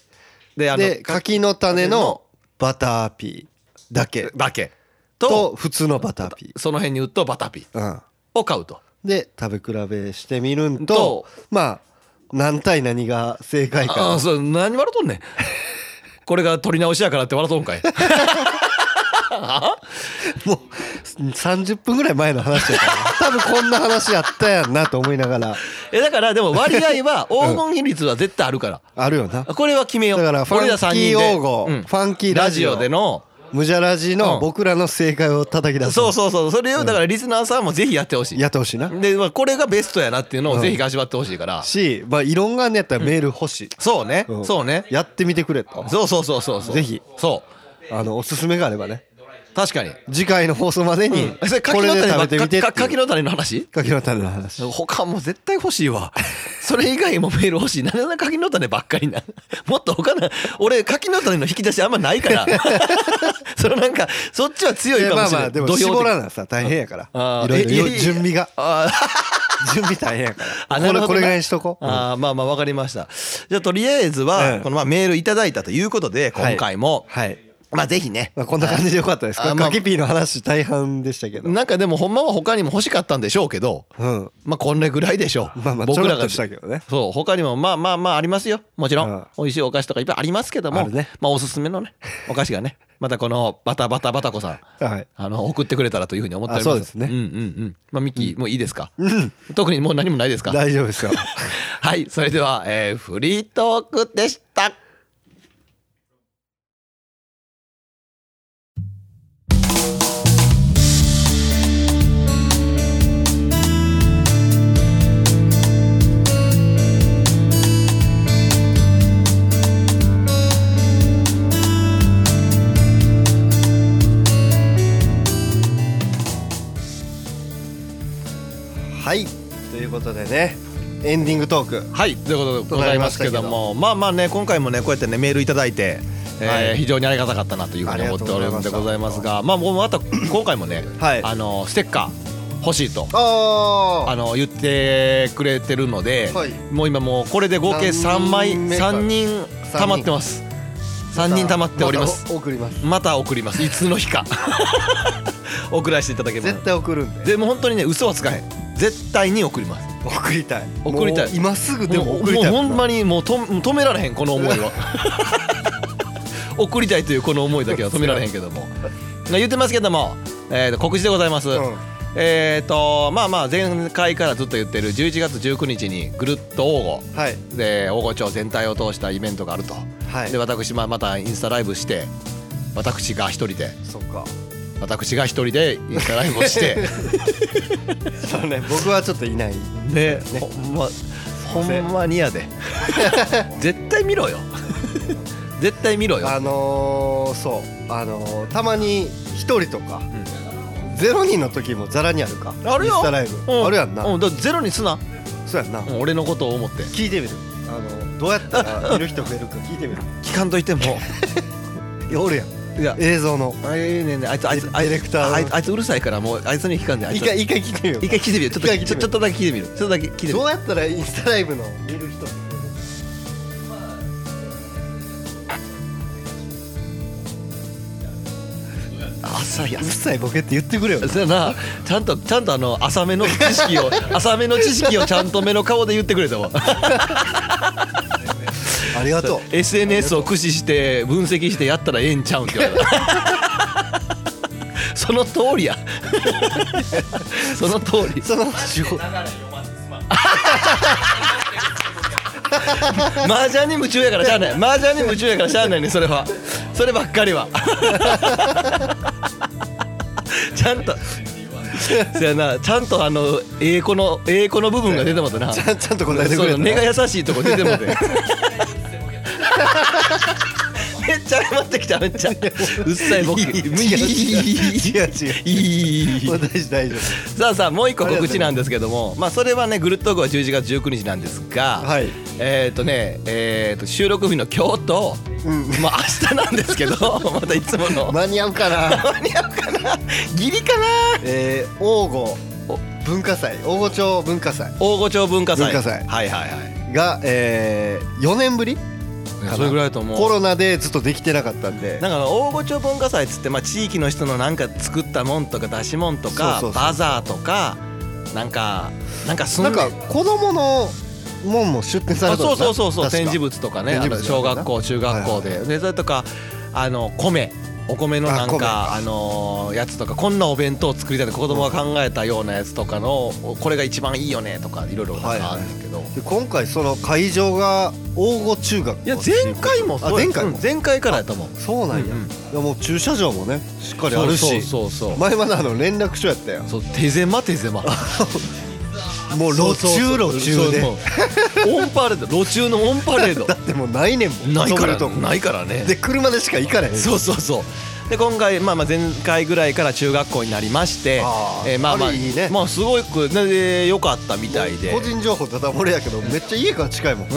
であの
で柿の種のバターピーだけ
だけと
と普通のバターピ
その辺に売っとバタピー
ー、うん、
を買うと
で食べ比べしてみるん
と
とまあ何対何が正解
ああ
か
そう何笑とんねんこれが取り直しやからって笑とんかい
もう30分ぐらい前の話 やから多分こんな話やったやんなと思いながら
えだからでも割合は 黄金比率は絶対あるから
あるよな
これは決めよう
だからファンキー
俺ら三人で
王号
うん
ファンキーラジオ
での
無ジャラジ
うん
の僕らの正解を叩き出す
そうそうそうそれをだからリスナーさんもぜひやってほしい
やってほしいな
でまあこれがベストやなっていうのをぜひ味わってほしいから
しまあ異論があんねやったらメール欲しい
そうね
うん
そうね
やってみてくれと
そうそうそうそうそう
ぜひ
そう
あのおすすめがあればね
確かに
次回の放送までに
それ
こ
柿
れ
の
で
種ば
食
っ
べてみてってい
か
う
柿の種の話
柿の種の話
他も絶対欲しいわ それ以外もメール欲しいなんでそんな柿の種ばっかりな もっと他の俺柿の種の引き出しあんまないから そのなんかそっちは強いかもしれな
や
い
まあまあでも絞らなさ大変やか
あ
らいろ
ー
いろ
えいやいや
よ準備が
あ
準備大変やか
あ
らこ
なる
れ
ほど
これ
な
ぐらいにしとこう
あーまあまあわかりましたじゃあとりあえずは、
うん
このまあメールいただいたということで今回も、
はい
まあぜひね
まあこんな感じでよかったです
あ
か
まあ
カキピーの話大半でしたけど
なんかでもほんまは他にも欲しかったんでしょうけど
うん
まあこんなぐらいでしょう
まあまあちょろっとしたけどね
そう他にもまあまあまあありますよもちろん、
うん
美味しいお菓子とかいっぱいありますけど
あ
も、
るね
まあおすす めのねお菓子がねまたこのバタバタバタ子さん
はい
あの送ってくれたらというふうに思っております
あそうですね
んうんうんまあミッキーもういいですか、特にもう何もないですか
大丈夫 ですよ
はいそれでは、えーフリートークでした
はいということでねエンディングトーク
はいということでございますけどもまあまあね今回もねこうやってねメールいただいて、えー
はい
非常にありがたかったなというふうに思っておるんでございますがまあもうまた今回もね、
はい
あのステッカー欲しいとあ
あ
の言ってくれてるので、
はい
もう今もうこれで合計3枚
何人目か
3人溜まってます3人溜まっております
送ります
また送りますいつの日 か送らせていただけます
絶対送るんで
でもう本当にね嘘はつかへん絶対に送ります
送りたい
送りたい
もう今すぐ でも送りたい
もうほんまにもうと止められへんこの思 いは送りたいというこの思いだけは止められへんけども言ってますけども、えーと告知でございます、
うん
えっ、とまあまあ前回からずっと言ってる11月19日にぐるっと王
はい
吾で王吾町全体を通したイベントがあると、
はい
で私まあまたインスタライブして私が一人で
そっか
私が一人でインスタライブをして
そうね僕はちょっといない
ねほんまほんまにや で絶対見ろよ絶対見ろよ
あのー、そうあのー、たまに一人とか、ゼロ人の時もザラにあるか
あるよ
インスタライブ、
うん
あるやんな、
うんだからゼロにすな
そうやんな、
うん俺のことを思って
聞いてみるあのどうやったらいる人増えるか聞いてみ る
聞かんといても
いやおるやん
いや
映像の
あええねんねあいつあいつあい
ディレクターの
あいつあいつうるさいからもうあいつに聞かんであい
一
つ
回一回聞いてみよう
一回聞いてみようちょっと
一回聞い
ち
てみよう
ょちょっとだけ聞いてみるちょっとだけ聞いてみる
どうやったらインスタライブの見る人増える
朝や
うっさいボケって言ってくれよ
そうやなちゃんとちゃんとあの浅めの知識を浅めの知識をちゃんと目の顔で言ってくれたわ
ありがとう
SNS を駆使して分析してやったらええんちゃうんって言 われたその通りや その通り
そ の手法
だから読まずすまん。
麻雀に夢中やからしゃ あない麻雀に夢中やからしゃあないねそれはそればっかりはちゃんとそやなちゃんとあの英語の英語の部分が出てもたな
ちゃんちゃんと答えてく
そ
れ
う
た
根が優しいとこ出てもてめっちゃ謝ってきためっちゃうっさい僕
違う違う違うこれ大事大丈
さあさあもう一個告知なんですけどもまあそれはねグルットークは11月19日なんですが、
夫はい
えっ、とね、えー、と収録日の今日と、まあ明日なんですけどまたいつもの
間に合うかな
間に合うかなギリかな
えー、王吾文化祭王吾町文化祭
大御町文化祭
文化祭
はいはいはい
が、えー、4年ぶりな
それぐらいだと思う
コロナでずっとできてなかったんで
なんか大御町文化祭っつって、まあ、地域の人のなんか作ったもんとか出し物とか
そうそうそう
バザーとかなんかなんかすん
な
ね
んか子供のもんも出展さ
あ
れたん
そう
です
そうそうそう展示
物
物とかね
展示
あの
物
小
とかね
学校中学校で、でそれとかあの米お米のなん
あ米
かあのーやつとかこんなお弁当を作りたいと子供が考えたようなやつとかのおこれが一番いいよねとかいろいろあ
はいはい
るんですけど、い
で今回その会場が大御中学
や前回もそう
あ前回も
うん前回からやと思う
そうなんや、
うんうん
いやもう駐車場もねしっかりあるし
そうそうそうそう
前まであの連絡所やったよ
そう手狭手狭
もう路中路中で
そうそうオンパレード路中のオンパレード
だってもう ないねんもん
ないか
止
ら
めるとこ
ないからね
で車でしか行かれへん
そうそうそうで今回、まあ、まあ前回ぐらいから中学校になりまして
あー
えーまあまあ
あれいいね
まあすごくねで良かったみたいで
個人情報ただ漏れやけどめっちゃ家から 近いもんう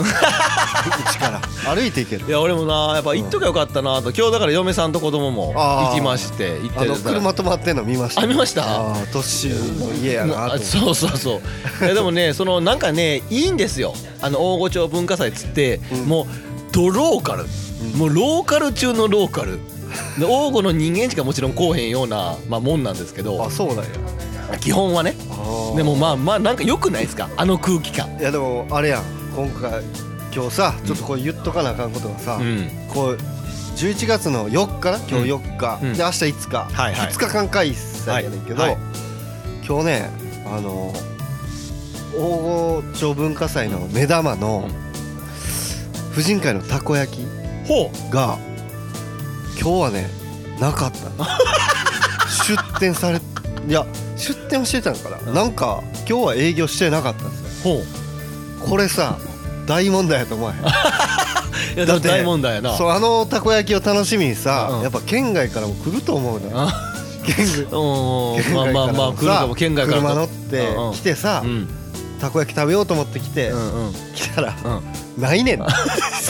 ちから歩いて行ける
いや俺もなやっぱ行っときゃよかったなと今日だから嫁さんと子供も
あー
行きまして行って
あの車止まってんの見ました
あ見ました
ああ年の家やな
あ
と
そうそうそ ういやでもねそのなんかねいいんですよあの大御町文化祭っつって、
うん
もうドローカル、もうローカル中のローカルで大御の人間しかもちろんこうへんような、まあ、もんなんですけ
あ
ど
そうなんや
基本はねで
で
もまあまあなんか良くないですかあの空気感
いやでもあれやん今回今日さちょっとこう言っとかなあかんことがさ、
うん
こう11月の4日な今日4日、
うん
で明日5日、
はいはい
2日間開催やねんけど、
はいはい
今日ねあの大御町文化祭の目玉の婦人会のたこ焼き
ほ
が今日はねなかった 出店されいや出店はしてたんかな、なんか今日は営業してなかったんですよ
うほう
これさ大問題やと思わへん
いや
だ
だ
っ
ってて大問題やな
そうあのたこ焼きを楽しみにさ、
うん
やっぱ県外からも来ると思うのよ
あ
県外
うんまあまあまあ来るかも県外から
車乗っ
と
て
うんうん
来てさ、
うん
たこ焼き食べようと思って来て、
うんうん
来たら、
うん
ない ねん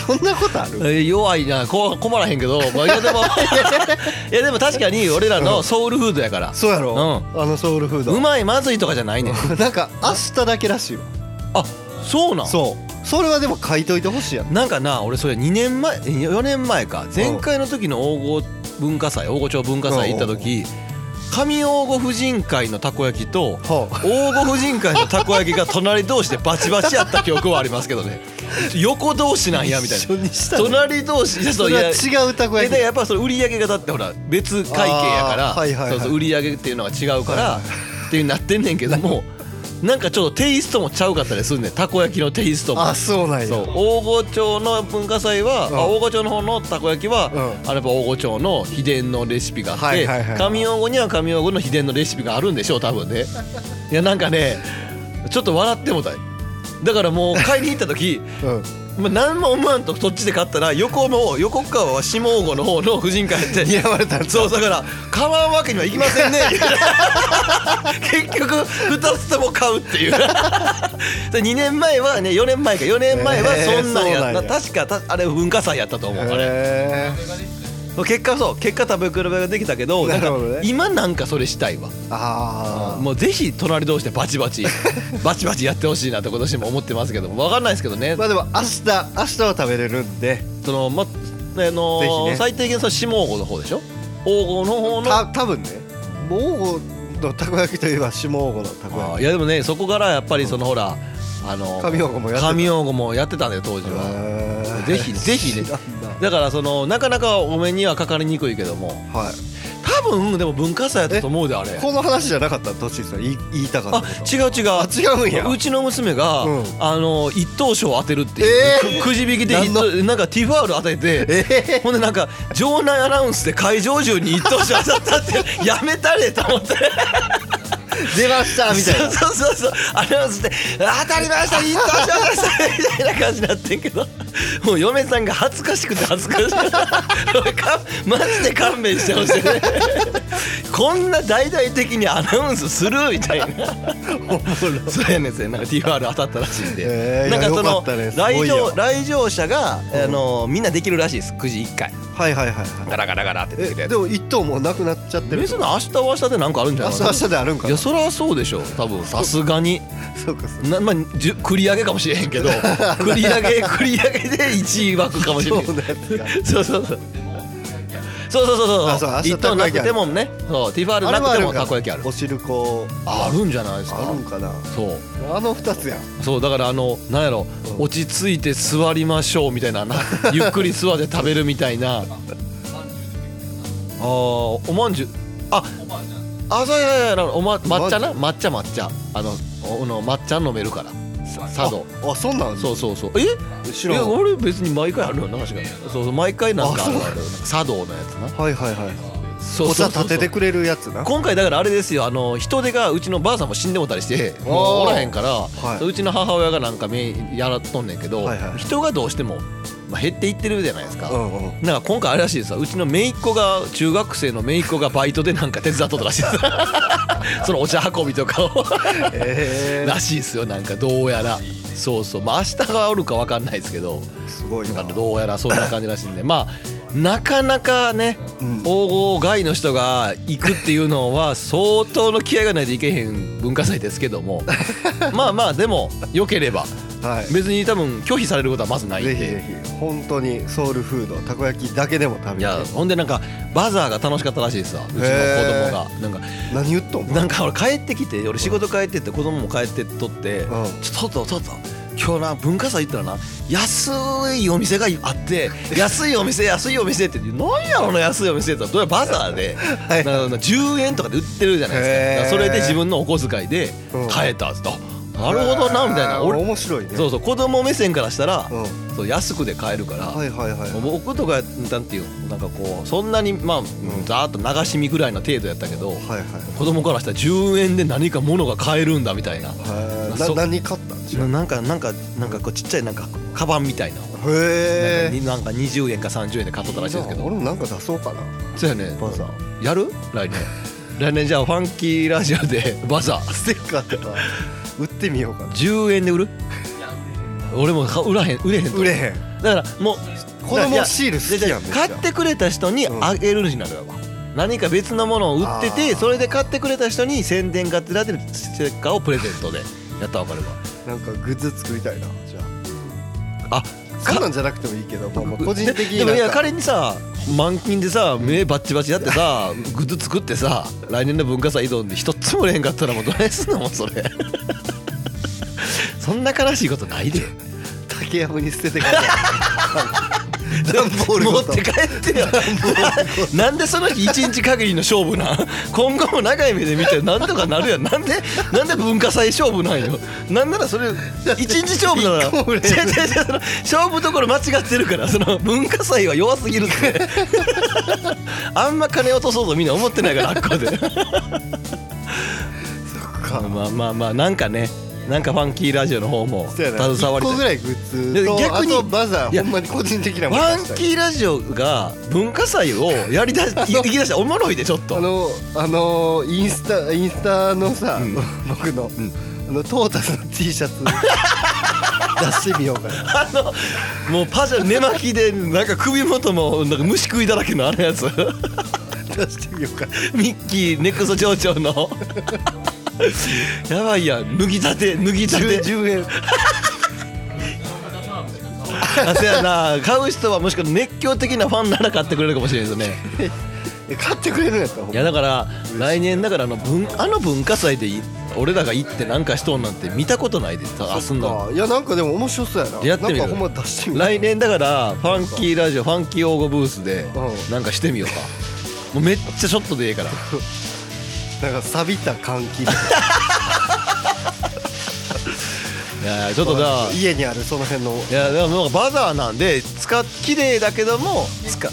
そんなことある
えー弱いなこ困らへんけど、まあ、いやで もいやでも確かに俺らのソウルフードやから
そうやろ、あのソウルフード
うまいまずいとかじゃないねん
なんか明日だけらしいよ
あそうなん
そうそれはでも書いといてほしいやん
なんかな俺それ2年前4年前か前回の時の大御文化祭大御町文化祭行った時上大御婦人会のたこ焼きと
ほう
大御婦人会のたこ焼きが隣同士でバチバチやった記憶はありますけどね横同士なんやみたい な
一緒にしたの
隣同士いやそ
そう
い
れは
や
違うたこ
え
焼
で
き
やっぱその売り上げがだってほら別会計やから
あーはいはいはい
そうそう売り上げっていうのが違うからっていうなってんねんけどもなんかちょっとテイストもちゃうかったりすんねんたこ焼きのテイストも
あ。そうなんや
そう大御町の文化祭は、
うん
あ大御町の方のたこ焼きは、
うん
あれやっぱ大御町の秘伝のレシピがあって、
はいはいはい
上大御には上大御の秘伝のレシピがあるんでしょう多分ねいやなんかねちょっと笑ってもたいだからもう買いに行った時
うん
まあ、何も思わんとそっちで買ったら横も横川は下郷の方の婦人会やって
睨まれたんちゃ
そうだから買わんわけにはいきま せんね結局2つとも買うっていう で2年前はね4年前か4年前はそんなんやった、
へーそうなんや
確かたあれ文化祭やったと思うあれ
へえ
結果そう結果食べ比べができたけどなんか
なるほどね
今なんかそれしたいわ
あ
もうぜひ隣同士でバチバ チバチバチやってほしいなって今年も思ってますけども分かんないですけどね
あまあでも明日明日は食べれるんで
そのまあの
ぜひね
最低限その下王の方でしょ王郷の方の
た多分ね王吾のたこ焼きといえば下王吾のたこ焼
あーいやでもねそこからやっぱりそのほらあの
上王子もやってた
上王子もやってたんだよ当時
き
は
へー
ぜひぜひね
知らんな
だからそのなかなかお目にはかかりにくいけども
はい
多分でも文化祭やったと思うであれ
この話じゃなかったらどっちですか言い言いたかった
あ
こと
違う違う
あ違うんや
うちの娘が、
うん
あの一等賞を当てるっていう、くくじ引きで一等なんかティファール当てて、ほんでなんか場内アナウンスで会場中に一等賞当たった ってやめたれと思って
出ましたみたいな
そうそうそうそうアナウンスで当たりました一等賞ですみたいな感じになってんけどもう嫁さんが恥ずかしくて恥ずかしくてかマジで勘弁してほしいねこんな大々的にアナウンスするみたいなそうやねんせなんか TR 当たったらしいんで、
へー
なんか
いや
そ
よ
の
かったねすごい
来
やん
場来場者が、あのみんなできるらしいです9時1回
はいはいはいは
ガラガラガラって
い
できる
え
や
で
つ
も一等もうなくなっちゃってる
えそんな明日は明日でなんかあるんじゃ
明
ない
日明日であるんかな
いやそれはそうでしょう多分さすがに
そうかそうか
なまあじゅ繰り上げかもしれへん けど繰り上げ繰り上げで1位枠かもしれへん
そうなやつが
そうそうそうそうそうそう
あそ
そ
う
う
明日
一等なくてもねそうティファールなくてもたこ焼きある
お汁粉
あるんじゃないです
あ
か
るんかな
そう
あの二つやん
そうだからあのなんやろ
うん
落ち着いて 座りましょうみたいななゆっくり座って食べるみたいなあーおまんじゅうあ
おばあちゃん
あそうやいやいやおま抹茶な抹茶抹茶あのおの抹茶飲めるからさ佐渡
あそんなん
そうそうそうえ
後
い
ろ
や俺別に毎回あるよな確かにそうそう毎回なんかあるある茶道のやつな
はいはいはい
そう
お
そうそ
茶
うそう
立ててくれるやつな
今回だからあれですよあの人手がうちのばあさんも死んでもたりしてもうおらへんから、
いう
ちの母親がなんかメインやらっとんねんけど、
はいはい
人がどうしても、まあ、減っていってるじゃないですか、
うん うん
なんか今回あれらしいですわうちの姪っ子が中学生の姪っ子がバイトでなんか手伝っとったらしいです そのお茶運びとかを
え
らしいですよなんかどうやらそうそうまあ明日があるか分かんないですけど
ー、 すごい
なん
な
かどうやらそんな感じらしい んでまあなかなかね
うん
王外の人が行くっていうのは相当の気合がないといけへん文化祭ですけ どもまあまあでも良ければ
はい
別に多分拒否されることはまずないん
ぜ
で
ひぜひ本当にソウルフードたこ焼きだけでも食
い
べて
やほんでなんかバザーが楽しかったらしいですわうちの子
へ
供がなんか
何言っとんの
なんか俺帰ってきて俺仕事帰ってって子供も帰ってっとって
うん
ちょっとちょっと今日な文化祭行ったらな安いお店が あって安いお店安いお店って何やろな安いお店ってどうやバザーで
はい
なんか10円とかで売ってるじゃない
へー
ですかだからそれで自分のお小遣いで
うん
買えたっつってあなるほどなみたい
あ
な
ー
俺
面白いね
そうそう子供目線からしたら
うん
そう安くで買えるから
はいはいはいはい
僕とかなんていうなんかこうそんなにまあざーっと流し見ぐらいの程度やったけど
はい
子供からしたら10円で何か物が買えるんだみたいな
はい
そ
な
う
何買ったんでしょう
なんかなんかなんかこうちっちゃいなんかカバンみたいな
へえ
なんか20円か30円で買っとったらしいですけ
俺
ど
もなんか出そうかな
そうやね
バザー
やる来年来年じゃあファンキーラジオでバザー
ステッカーと か売ってみようかな
10円で売る
いや売れへん
俺も買う売らへん売れへんと思う
売れへん
だからもう
子供シール好きやんめっちゃ
買ってくれた人にあげるになるわ、何か別のものを売ってて
あー
それで買ってくれた人に宣伝がてらでステッカーをプレゼントでやったら分かるわ
なんかグッズ作りたいなじゃ
あ
あそんなんじゃなくてもいいけどまあまあ個人的に
ででもいや
なんか
仮にさ満金でさ目バッチバチやってさ グッズ作ってさ来年の文化祭挑んで一つも売れへんかったらもうどないすんのもうそれ そんな悲しいことないで
竹やぶに捨ててくれ ダンボール
持
ご
っ
と
て帰ってよなんでその日一日限りの勝負なん今後も長い目で見てなんとかなるやんなんでなんで文化祭勝負なんよなんならそれ一日勝負なら
一個も売れ
違う違う違うその勝負どころ間違ってるからその文化祭は弱すぎるってあんま金落とそうとみんな思ってないからあっこでまあまあまあなんかねなんかファンキーラジオの方も
そうや
携
な
わり
1
た
個
い
ぐらいグッ
で
ズと
逆に
あとバザ
い
ー
や
ほんまに個人的なも
フ
の
ァ
出した
ン
い
キーラジオが文化祭をやりだしい行きだしたらおもろいでちょっと
あのあのインスタインスタのさ、
うん
僕の、あのトータスの T シャ ツ出してみようかな
もうパジャマ寝巻きでなんか首元もなんか虫食いだらけのあのやつ
出してみようかな
ミッキーネクソ町長のやばいやん脱ぎたて脱ぎたて
10, 10円
あせやな買う人はもしくは熱狂的なファンなら買ってくれるかもしれないですよね
え買ってくれるんやったらほん
い
ま
やだから来年だからあの文あの文化祭でい俺らが行ってなんかしとんなんて見たことないでさあすんの
あいやなんかでも面白そうやな
やってみる
なんかほんま出してみよう
来年だからファンキーラジオファンキー応募ブースで
うん
なんかしてみようかもうめっちゃちょっとでええから
なんか錆びた換気と か
いやーちょっとだい
家にあるその辺の
やでもバザーなんで使っ綺麗だけども使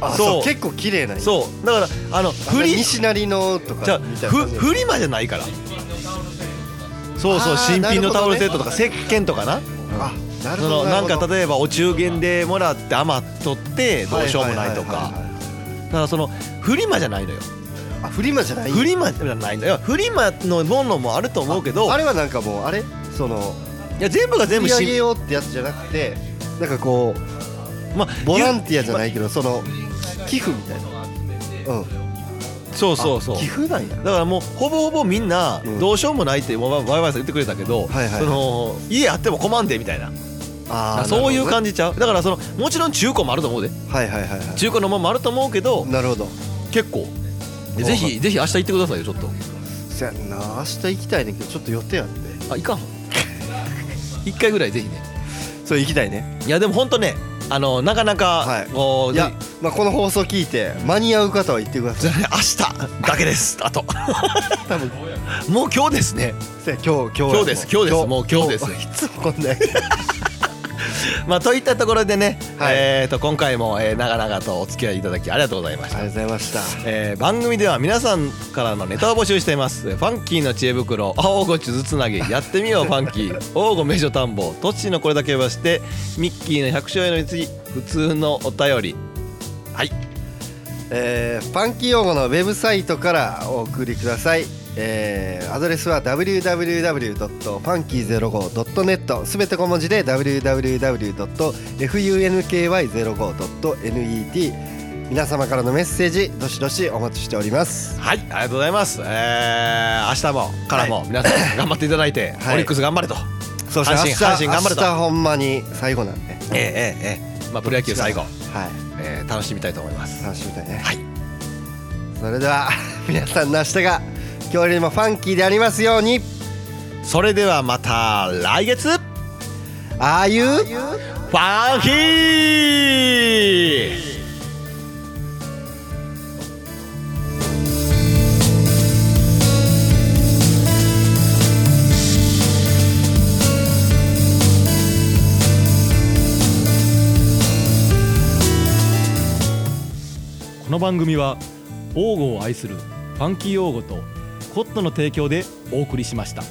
あ
そ
そうう結構綺麗なんや
そうだからあの
あの
振りじ
西成のと
ゃ
か
あ
みたいな
ふ
感じ
フリマじゃないからそうそう
あー
新品のタオルセットとか
な
石鹸とかな
あなる
そ
ほど
のなんか
るほど
例えばお中元でもらって余っとってどうしようもないと
ははいはいはい
かだからそのフリマじゃないのよ
あフリマじゃない
フリマじゃないのよフリマのものもあると思うけど
あれはなんかもうあれその
いや全部が全
売
部
り上げ
し、
ようってやつじゃなくてなんかこう
まあ、
ボランティアじゃ
い
ないけどその寄付みたいなうん
そうそうそう
寄付なんや
だからもうほぼほぼみんな
うん
どうしようもないってわわわいわいさん言ってくれたけど、
はいはい
その家あっても困んでみたいな
あー
そういう
なる
感じちゃうだからそのもちろん中古もあると思うで
ほどはいはいはいは
中古のものもあると思うけど
いなるほど
結構
お
ぜひぜひ明日行ってくださいよちょっと
そやんな明日行きたいねんけどちょっと予定あって
あいかん 一回ぐらいぜひね
それ行きたいね
いやでもほんとねあのなかなか、
はい
こう
いや
ぜひ
まあ、この放送聞いて間に合う方は言ってくだ さい
明日だけですあと
多分
もう今日ですね
せや今日今日
今日です今日ですもう今日です
いつもこんなや
まあといったところでね、
はい
えーと今回も、えー長々とお付き合いいただきありがとうございまし
あ
た
りがとうございました
えー番組では皆さんからのネタを募集していますファンキーの知恵袋青子数珠つなぎやってみようファンキー王子名所探訪トッシーのこれだけはしてミッキーの百姓への貢ぎ普通のお便りはい
えー、パンキー用語のウェブサイトからお送りください、えー、アドレスは www.funky05.net すべて小文字で www.funky05.net 皆様からのメッセージどしどしお待ちしております
はいありがとうございます、えー、明日もからも皆さん頑張っていただいて、
はい
オリックス頑張れと、
そ
して阪神頑張ると
明日ほんまに最後なんで
えー、えーえーまあ、プロ野球最後、
はい
えー楽しみたいと思います
楽しみたいね
はい
それでは皆さんの明日が今日よりもファンキーでありますように
それではまた来月フ
ああいう
ァンキーこの番組は王語を愛するファンキー王語とコットの提供でお送りしました。